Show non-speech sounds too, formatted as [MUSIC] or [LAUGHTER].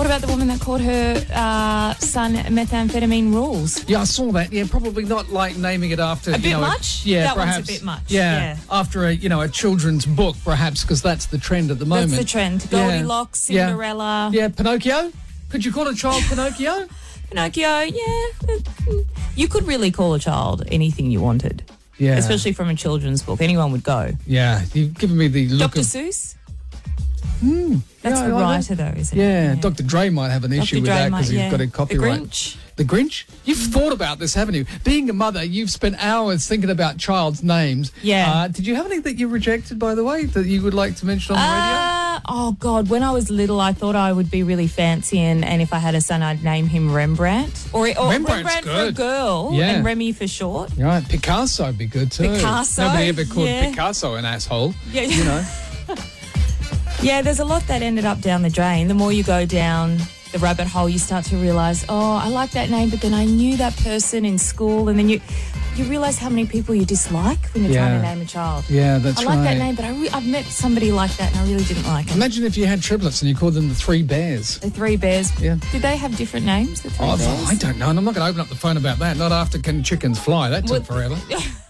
about the woman that called her uh, son methamphetamine rules? Yeah, I saw that. Yeah, probably not like naming it after A you bit know, much? yeah, That one's a perhaps. bit much, yeah. after a you know a children's book, perhaps because that's the trend at the moment. That's the trend. Yeah. Goldilocks, Yeah. Cinderella, Yeah. Pinocchio. Could you call [LAUGHS] a child Pinocchio? Pinocchio. Yeah, you could really call a child anything you wanted, Yeah. especially from a children's book. Anyone would go. Yeah, you've given me the look Dr. of. Seuss. That's Yeah, I the like writer, though, isn't Yeah, it? Dr. Dre might have an issue with Dre that might- because yeah. you've got a The copyright. Grinch. Mm. The Grinch? You've thought about this, haven't you? Being a mother, you've spent hours thinking about child's names. Yeah. Uh, did you have anything that you rejected, by the way, that you would like to mention on the radio? Uh, oh God! When I was little, I thought I would be really fancy, and, and if I had a son, I'd name him Rembrandt or, or Rembrandt's Rembrandt for a good. girl Yeah. and Remy for short. You're Right, Picasso would be good too. Picasso, Nobody ever called yeah. Picasso an asshole. Yeah, [LAUGHS] You know? yeah. There's a lot that ended up down the drain. The more you go down the rabbit hole, you start to realize, oh, I like that name, but then I knew that person in school, and then you you realize how many people you dislike when you're trying to Yeah. name a child. Yeah, that's I like right. that name, but I re- I've met somebody like that, and I really didn't like it. Imagine if you had triplets and you called them the Three Bears. The three bears. Yeah. Did they have different names? The three Oh, bears. I don't know, and I'm not going to open up the phone about that. Not after can chickens fly. That took Well- forever.